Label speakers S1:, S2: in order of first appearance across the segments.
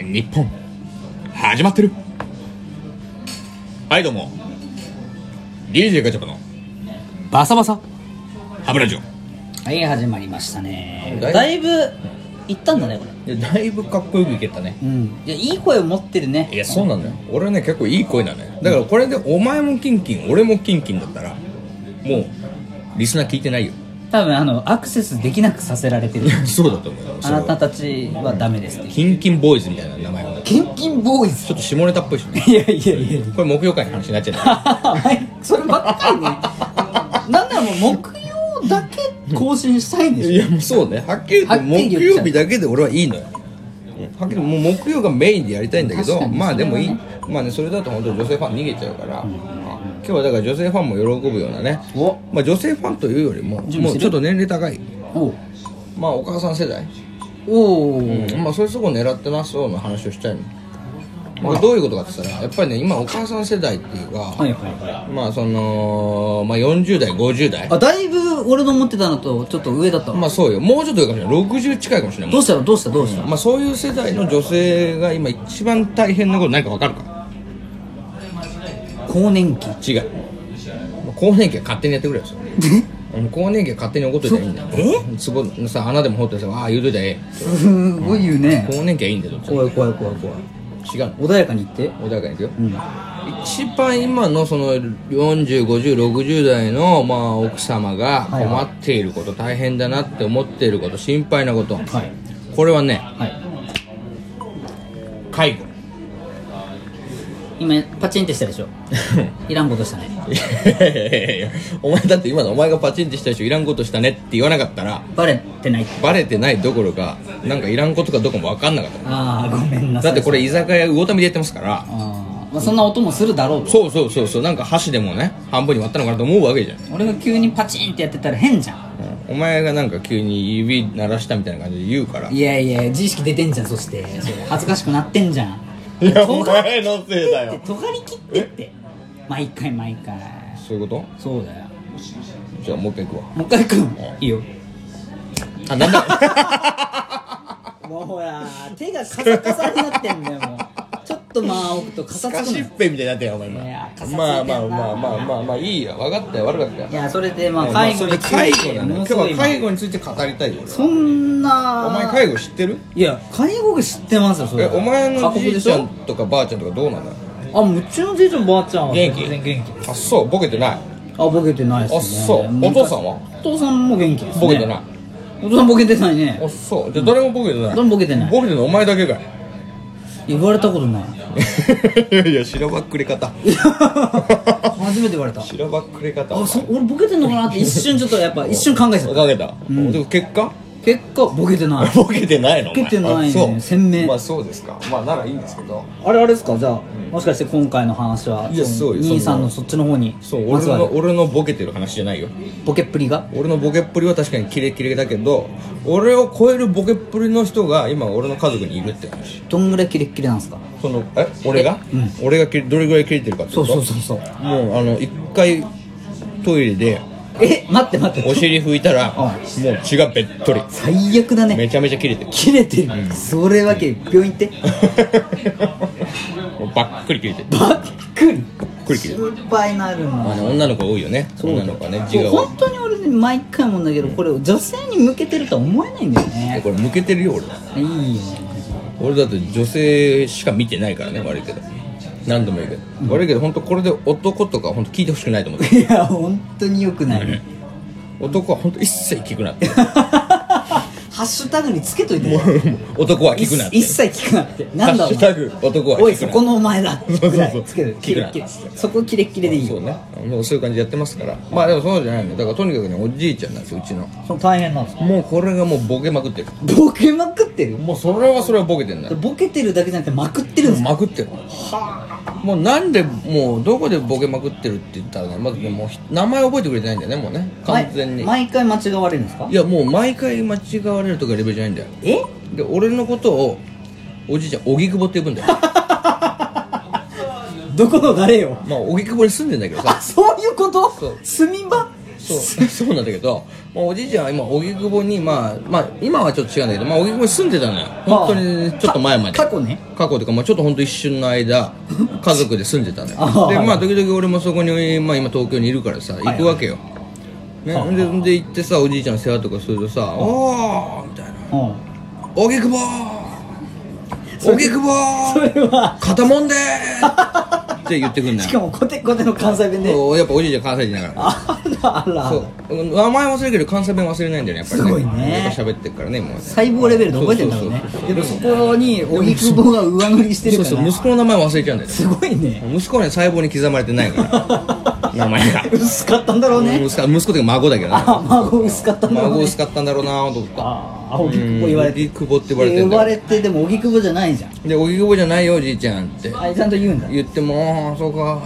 S1: 日本始まってるはいどうも DJ ガチャパの
S2: バサバサ
S1: ハブラジオ
S2: はい始まりましたね
S3: だい
S2: だいぶいったんだねこれ
S3: いやだいぶかっこよくいけたね
S2: うんいやいい声を持ってるね
S3: いやそうなんだよ俺ね結構いい声だねだからこれでお前もキンキン俺もキンキンだったらもうリスナー聞いてないよ
S2: 多分あのアクセスできなくさせられてる
S3: そうだと思うよ
S2: あなたたちはダメですって
S3: キンキンボーイズみたいな名前をち
S2: キンキンボーイズ
S3: ょっと下ネタっぽいしね
S2: いやいやいや
S3: これ木曜会の話になっちゃう
S2: そればっかりねなんならもう木曜だけ更新したいんで
S3: い
S2: しょ
S3: やもうそうねはっきり言って
S2: はっき
S3: 木
S2: り言っちゃう
S3: 曜日だけで俺はいいのよはっきりもう木曜がメインでやりたいんだけ
S2: 確
S3: ど
S2: かに
S3: まあでもいい
S2: それ
S3: まあねそれだと本当に女性ファン逃げちゃうから、あ今日はだから女性ファンも喜ぶようなね
S2: お
S3: まあ女性ファンというよりも
S2: 準備
S3: も
S2: す
S3: う
S2: る
S3: ちょっと年齢高い
S2: おう
S3: まあお母さん世代、
S2: おう
S3: まあそういうとこ狙ってますよの話をしたいの、まあ、どういうことかって言ったらやっぱりね今お母さん世代っていうか、
S2: はいはいは
S3: まあその、まあ、40代50代
S2: いあだいぶ俺の思ってたのとちょっと上だったわ
S3: まあそうよもうちょっと上かもしれない60近いかもしれない
S2: ど
S3: も
S2: うしたのどうしたどうした、
S3: うまあそういう世代の女性が今一番大変なこと何か分かるか
S2: 更年 期
S3: 違うまあ更年期は勝手にやってくれよそれうん更年期は勝手に怒っといたらいいんだよつぼのさ穴でも掘ってさああ言うといたらえ
S2: すごい言う
S3: え
S2: ね
S3: 更年期はいいんだよどっち
S2: 怖い怖い怖い怖い
S3: 違うの
S2: 穏やかに言って
S3: 穏やかにいくよ
S2: うん
S3: 一番今のその405060代のまあ奥様が
S2: はいはい
S3: 困っていること大変だなって思っていること心配なこと
S2: はい
S3: これはね
S2: はい
S3: 介護
S2: 今パチンってしたでしょいらんことしたね
S3: いやいやいやお前だって今のお前がパチンってした人いらんことしたねって言わなかったら
S2: バレてない
S3: バレてないどころかなんかいらんことかどこも分かんなかっ
S2: ああごめんな
S3: た
S2: さい
S3: だってこれ居酒屋魚民でやってますから
S2: あー、まあ、そんな音もするだろうと
S3: そうそうそうそうなんか箸でもね半分に割ったのかなと思うわけじゃん
S2: 俺が急にパチンってやってたら変じゃん
S3: お前がなんか急に指鳴らしたみたいな感じで言うから
S2: いやいや自意識出てんじゃんそしてそれ恥ずかしくなってんじゃん
S3: いや
S2: 尖
S3: お前のせいだ
S2: って
S3: よ
S2: 尖り切ってって毎回毎回
S3: そういうこ
S2: そうだよ
S3: とじゃあもう一回行くわ
S2: もう一回くんいいよ
S3: あなんだ
S2: もうほら手がカサカサになってんだよもうちょっと間を置くとカサつくのよ
S3: ぺみたいになってよお前
S2: いやカサついてんな
S3: まあまあまあまあまあまあいいよ分かったよ悪かったよ
S2: いやそれでまあ介護
S3: まあ
S2: に
S3: そ
S2: つ
S3: れで介
S2: い
S3: 護
S2: て
S3: だね
S2: も
S3: 今
S2: の
S3: 日
S2: すご
S3: はい
S2: 今
S3: 介護について語りたいよ俺は
S2: そんな
S3: お前介護知ってる
S2: いや介護が知ってますよそ
S3: え
S2: れ
S3: お前の
S2: 過酷
S3: じ
S2: で
S3: い
S2: し
S3: ちゃ
S2: ょ
S3: んとかばあちゃんとかどうなんだ
S2: あもううちのじいちゃんばあちゃんは
S3: 元気
S2: 全然元気です
S3: あそうボケてない
S2: あボケてないですね
S3: あそう
S2: 昔
S3: お父さんは
S2: お父さんも元気ですね
S3: ボケてない
S2: お父さんボケてないね
S3: あそうじゃあ誰もボケてない
S2: 誰もボケてない
S3: ボケてるのお前だけかい
S2: 言われたことない
S3: いやいや白ばっくれ方
S2: 初めて言われたあ
S3: 白ばっくれ方
S2: そ俺ボケてんのかなって一瞬ちょっとやっぱ一瞬考えちゃった
S3: かけた、でも結果
S2: 結果ボケてない
S3: ボケてないのお前
S2: ボケてないね
S3: あそう
S2: 鮮明
S3: まあそうですかまあならいいんですけど
S2: あれあれですかじゃあもしかして今回の話はい
S3: やそうよ
S2: 兄さんの
S3: そ
S2: そっちの方に
S3: そう
S2: ま
S3: 俺
S2: つわ
S3: の
S2: る
S3: 俺のボケてる話じゃないよ
S2: ボケっぷりが
S3: 俺のボケっぷりは確かにキレキレだけど俺を超えるボケっぷりの人が今俺の家族にいるって話
S2: どんぐらいキレッキレなんですか
S3: そのえ俺が、俺がキレどれぐらいキレてるかって
S2: そ
S3: こ
S2: う
S3: と
S2: そうそうそう
S3: もうあの一回トイレで
S2: え待って待って
S3: お尻拭いたらも
S2: あ
S3: う血がべっとり
S2: 最悪だね
S3: めちゃめちゃキレてる
S2: 切れてる、それわけ病院行って
S3: もうばっくりキレてるばっ
S2: ばっくり
S3: くりキレてる
S2: 心配なる
S3: まあ
S2: な
S3: ね女の子多いよね女の子はね字が多い
S2: 本当に俺ね毎回思うんだけどこれ女性に向けてるとは思えないんだよ
S3: え
S2: ね
S3: これ向けてるよ俺
S2: いいよね
S3: 俺だって女性しか見てないからね悪いけど何度も言うけど、悪いけど本当これで男とか本当聞いてほしくないと思う
S2: いや本当に良くない
S3: 男は本当一切聞くなって
S2: ハッシュタグにつけといて
S3: 男は聞くなって
S2: 一切聞くなってなんだ
S3: ハ
S2: お
S3: ッシュタ
S2: 前
S3: グ男は
S2: おい
S3: 聞く
S2: そ
S3: な
S2: このお前だ
S3: そうそう
S2: ぐらいつける
S3: 聞
S2: キ
S3: く
S2: レ
S3: な
S2: ッキレそこキレッキレでいい
S3: そう
S2: よ
S3: ねもうそういう感じでやってますからまあでもそうじゃないのだからとにかくねおじいちゃんなんですようちの
S2: その大変なんですか
S3: もうこれがもうボケまくってる
S2: ボケまくってる
S3: もうそれはそれはボケてんだよ
S2: ボケてるだけじゃなくてまくってるんですか
S3: まくってるもうなんでもうどこでボケまくってるって言ったらねまずねもうひ名前覚えてくれてないんだよねもうね完全に
S2: 毎回間違われるんですか
S3: いやもう毎回間違われるとかレベルじゃないんだよ
S2: え
S3: で俺のことをおじいちゃん荻窪って呼ぶんだよ
S2: どこの誰よ
S3: まあ荻窪に住んでんだけどさ
S2: あそういうこと
S3: そう
S2: 住み場
S3: そう そうなんだけど、まあ、おじいちゃんは今荻窪にまあまあ今はちょっと違うんだけど、まあ、荻窪に住んでたのよ本当にちょっと前まで
S2: か過去ね
S3: 過去というか、まあ、ちょっと本当一瞬の間家族で住んでたの
S2: あは
S3: よ
S2: は
S3: でまあ時々俺もそこに、まあ、今東京にいるからさ行くわけよ、
S2: はは
S3: ね、でで行ってさおじいちゃんの世話とかするとさ「おお!」みたいな
S2: う
S3: 「
S2: ん
S3: 荻窪
S2: それ
S3: 荻窪
S2: それは
S3: 肩もんで!」って言ってくんだ
S2: しか
S3: よ
S2: もコテコテの関西弁で
S3: そうやっぱおじいちゃん関西人だから
S2: あらあら
S3: そううん名前忘れるけど関西弁忘れないんだよねやっぱり
S2: すごいね
S3: やっぱ喋ってるからね今まで
S2: 細胞レベルで覚えてんだろうね
S3: そうそうそう
S2: でもそこに荻窪が上塗りして
S3: そ
S2: る
S3: う
S2: か
S3: そう
S2: ら
S3: 息子の名前忘れちゃうんだよね
S2: すごいね
S3: 息子はね細胞に刻まれてないから名前が
S2: 薄かったんだろうね
S3: 息子息子というか孫だけどね
S2: あ孫薄かったんだろう
S3: 孫
S2: ね
S3: 薄かったんだろうなとか
S2: ああ荻窪言われて
S3: 荻窪って言われてんだよ
S2: 呼ばれてでも荻窪じゃないじゃん
S3: で「荻窪じゃないよおじいちゃん」って
S2: あちゃんと言うんだ
S3: 言っても「ああそうか」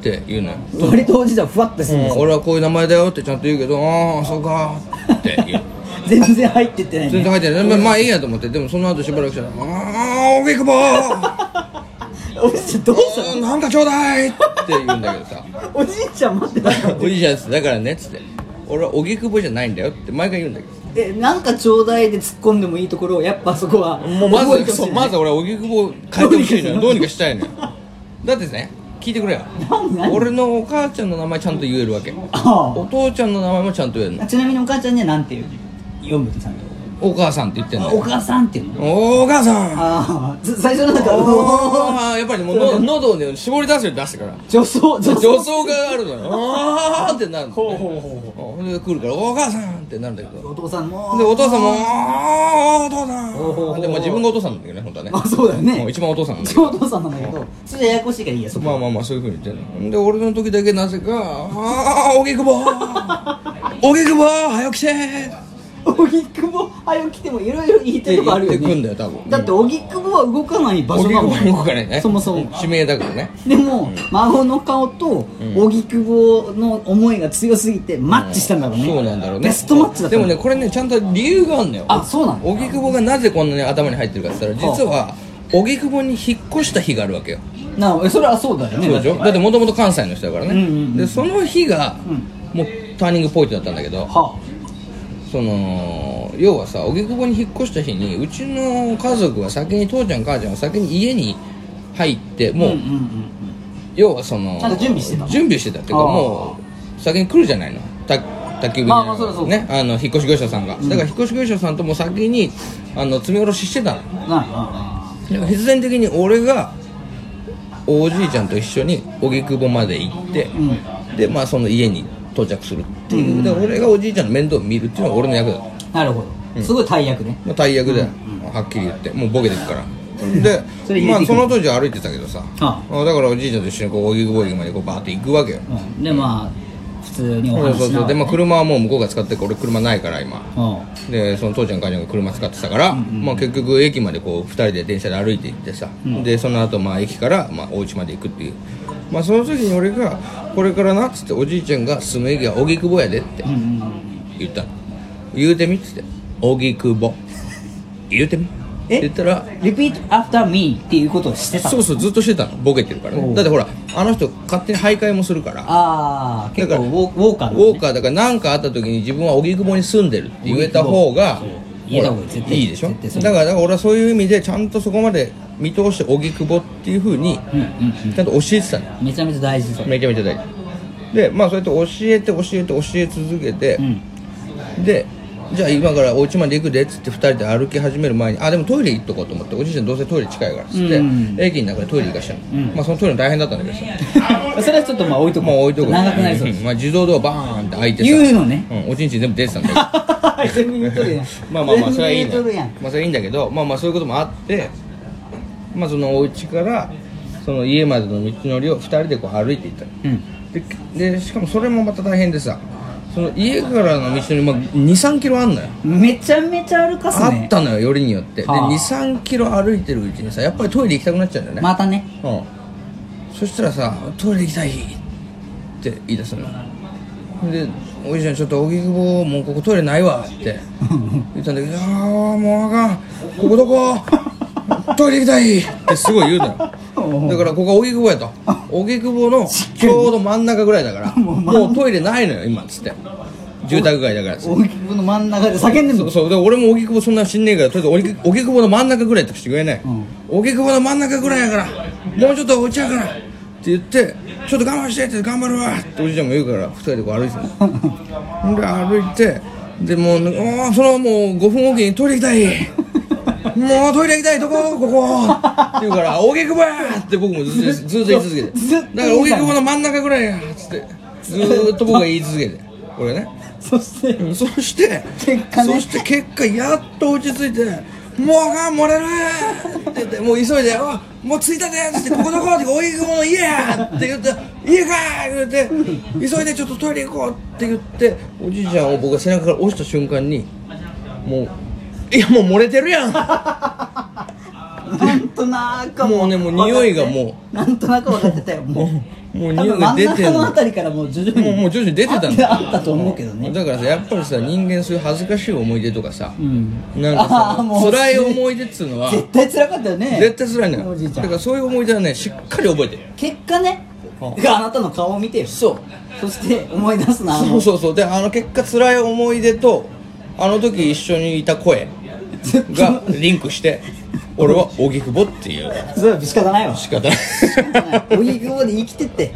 S3: って言うのよ
S2: 割とおじいちゃんふわってす
S3: う
S2: るん
S3: ん
S2: だ
S3: 俺はこういう名前だよってちゃんと言うけど「ああそうか」って言う
S2: 全然入ってってない
S3: 全然入
S2: ね
S3: ってないまあまあいいやと思ってでもその後しばらくしたら「ああ荻窪!」
S2: おじいちゃんどうした
S3: うんなんかちょうだいって言うんだけどさ
S2: のおじいちゃん待ってた
S3: おじいちゃんですだからねっつって俺は荻窪じゃないんだよって毎回言うんだけど
S2: えなんかちょうだいで突っ込んでもいいところをやっぱそこは
S3: もうま
S2: 覚えて
S3: ず
S2: ほし
S3: そ
S2: い
S3: う
S2: ね
S3: まず俺は荻窪を変えてほしいのよどうにかしたいのよだってね聞いてくれよ
S2: 何何
S3: 俺のお母ちゃんの名前ちゃんと言えるわけ
S2: あ
S3: お父ちゃんの名前もちゃんと言える
S2: あ
S3: の
S2: ちなみにお母ちゃんにはなんていうの読むとちゃんと
S3: お母さんって言ってん
S2: あ
S3: の
S2: お
S3: よ
S2: 母さんっていうの
S3: お母さん
S2: ああず最初のなんかお
S3: あーやっぱりもうの喉をね絞り出すように出してから
S2: 女装女
S3: 助
S2: 装
S3: 走があるのよあーってなるの
S2: ほう
S3: ね
S2: ほうほうほ
S3: ほんで来るから「お母さん!」ってなるんだけど
S2: うお父さんも
S3: でお父さんも「お父さ
S2: お父さ
S3: ん」
S2: ん
S3: でも自分がお父さんなんだけどね本当はね
S2: あそうだよね
S3: もう一番お父さんなんだけ
S2: 一応
S3: ど
S2: お父さんなんだけどそれじゃややこしいからいいやそこ
S3: まあまあまあそういうふうに言ってんので俺の時だけなぜか「ああ荻窪 荻窪早起きして!」
S2: 荻窪早起きてもいろいろ言い
S3: ったて
S2: いとこあ
S3: 言
S2: る
S3: っ
S2: よ
S3: てくん
S2: ね
S3: だよ多分
S2: だって荻窪は動かない場所
S3: 荻
S2: だも
S3: 窪
S2: ん
S3: に動かないね
S2: そもそも
S3: 地名だからね
S2: でも、孫の顔と荻窪の思いが強すぎてマッチしたんだろうね、
S3: そうなんだろうね
S2: ベストマッチだった
S3: でもね
S2: ね
S3: これねちゃんと理由があるのよ
S2: あそうなの
S3: 荻窪がなぜこんなに頭に入ってるかって言ったら実は荻窪に引っ越した日があるわけよ
S2: なあえそれはそうだよね
S3: そうでしょだってもともと関西の人だからね、
S2: うんうんうん
S3: でその日が、
S2: う
S3: もうターニングポイントだったんだけど
S2: は
S3: その要はさ荻窪に引っ越した日にうちの家族は先に父ちゃん母ちゃんは先に家に入って
S2: あ
S3: もう、
S2: うんうんうん
S3: 要はその
S2: ちゃんと準備してたの
S3: 準備してたっていうか
S2: ああ
S3: もう先に来るじゃないのた宅急便
S2: まあまあそりゃそう
S3: ねあの引っ越し業者さんが、だから引っ越し業者さんとも先にあの積み下ろししてたの
S2: うんなあ
S3: でも必然的に俺がおじいちゃんと一緒に荻窪まで行って、
S2: うん
S3: でまあその家に到着するっていう、で俺がおじいちゃんの面倒を見るっていうのが俺の役だも
S2: なるほど、すごい大役ね
S3: う大役だよ、はっきり言ってもうボケてくからで
S2: それ入れてくる
S3: まあその当時は歩いてたけどさ
S2: あ
S3: だからおじいちゃんと一緒にこう荻窪駅までこうバーって行くわけよ、
S2: うんでまあ普通にお
S3: そう
S2: 話
S3: そう
S2: しな
S3: そう
S2: がら
S3: で
S2: ね
S3: まあ車はもう向こうが使ってるから俺車ないから今
S2: う
S3: でその父ちゃん母ちゃんが車使ってたから、まあ、結局駅までこう2人で電車で歩いて行ってさ、でその後まあ駅からまあお家まで行くっていうまあその時に俺が「これからな」っつっておじいちゃんが「住む駅は荻窪やで」って
S2: んうんうん
S3: 言ったの言うてみっつって「荻窪」言うてみって
S2: え
S3: 言ったら
S2: Repeat after me っていうことをしてた
S3: そうそうずっとしてたのボケてるから
S2: お
S3: ね
S2: う
S3: だってほらあの人勝手に徘徊もするから
S2: ああ結構ウォーウォーカーだ、
S3: ウ
S2: ね、
S3: ォーカーだから何かあった時に自分は荻窪に住んでるって言えた方が
S2: 言えた方が絶対
S3: いいでしょ
S2: 絶対
S3: だ
S2: そう
S3: からだから俺はそういう意味でちゃんとそこまで見通して荻窪っていうふうに
S2: うんうんうん
S3: ちゃんと教えてたの
S2: めちゃめちゃ大事そう
S3: めちゃめちゃ大事でまあそうやって教えて教えて教え続けて
S2: う、ん
S3: でじゃあ今からお家まで行くでっつって2人で歩き始める前にあでもトイレ行っとこうと思っておじいちゃんどうせトイレ近いからっつって、
S2: うん
S3: 駅の中でトイレ行かしたの、まあそのトイレも大変だったんだけどさ
S2: それはちょっとまあ置いとこう
S3: まあ置いとく
S2: 長くなりそう
S3: う
S2: で
S3: ん
S2: す
S3: まあ自動ドアバーンって開いてさ
S2: 言うのね
S3: うん、おちんちん全部出てたんだけど
S2: 全部言うとるやん
S3: まあまあまあそれはいいんだ
S2: 全
S3: よ
S2: 部言うとるやん
S3: まあそれはいいんだけどまあまあそういうこともあってまあそのお家からその家までの道のりを2人でこう歩いていったの
S2: うん
S3: ででしかもそれもまた大変でさその家からの道のり、まあ、23キロあんのよ、
S2: めちゃめちゃ歩かす
S3: あ
S2: ね
S3: ったのよよりによってで
S2: はあ
S3: 23キロ歩いてるうちにさやっぱりトイレ行きたくなっちゃうんだよね、
S2: またね
S3: うん、そしたらさ「トイレ行きたい」って言い出すので「おじいちゃんちょっと荻窪もうここトイレないわ」って言ったんだけど「ああもうあかんここど こトイレ行きたい」ってすごい言うのよだからここは荻窪やと荻窪のちょうど真ん中ぐらいだからもうトイレないのよ今っつって住宅街だからさ
S2: 大木久保の真ん中で叫んでんの
S3: そうそうで俺も荻窪そんな死んねえからとりあえず荻荻窪の真ん中ぐらいとかしてくれない
S2: うん
S3: 荻窪の真ん中ぐらいやからもうちょっと落ちやからって言ってちょっと我慢してって頑張るわっておじいちゃんも言うから二人でこう歩いてたのほんで歩いてでもうおーそのもう5分おきにトイレ行きたい もうトイレ行きたいとこここって言うから「荻窪や!」って僕もずっとずっと言い続けて
S2: ずっと
S3: だから荻窪の真ん中ぐらいやっつってずーっと僕が言い続けて俺ね
S2: そして
S3: うんそして
S2: 結果ね
S3: そして結果やっと落ち着いて「もうあかん漏れる!」って言ってもう急いで「あもう着いたで!」って言って「ここどこ?」って「おいくの家や!」って言って「家か!」って言って「急いでちょっとトイレ行こう!」って言っておじいちゃんを僕が背中から押した瞬間にもう「いやもう漏れてるやん!」
S2: なんとなく
S3: もうねもう匂いがもう
S2: 分かってなんとなく分かってたよもう
S3: もう
S2: 多
S3: 匂い
S2: 分
S3: が出
S2: 真ん
S3: て
S2: 中
S3: ん
S2: のあ
S3: の
S2: たりからもう徐々に
S3: もうもう徐々に出てたんだよ
S2: あってあったと思うけどね
S3: だからさやっぱりさ人間そういう恥ずかしい思い出とかさ
S2: うん
S3: なんか
S2: あー
S3: さ
S2: もう
S3: 辛い思い出っつうのは
S2: 絶対辛かったよね
S3: 絶対辛いの
S2: お
S3: よ
S2: じいちゃ
S3: だ
S2: ん
S3: からそういう思い出はねしっかり覚えて
S2: 結果ね
S3: う
S2: があなたの顔を見てよ
S3: そう
S2: そして思い出すなあの
S3: そうそうそうであの結果辛い思い出とあの時一緒にいた声がリンクして俺は荻窪っていう
S2: それは仕方ないわ
S3: 仕方
S2: おぎくぼで生きてって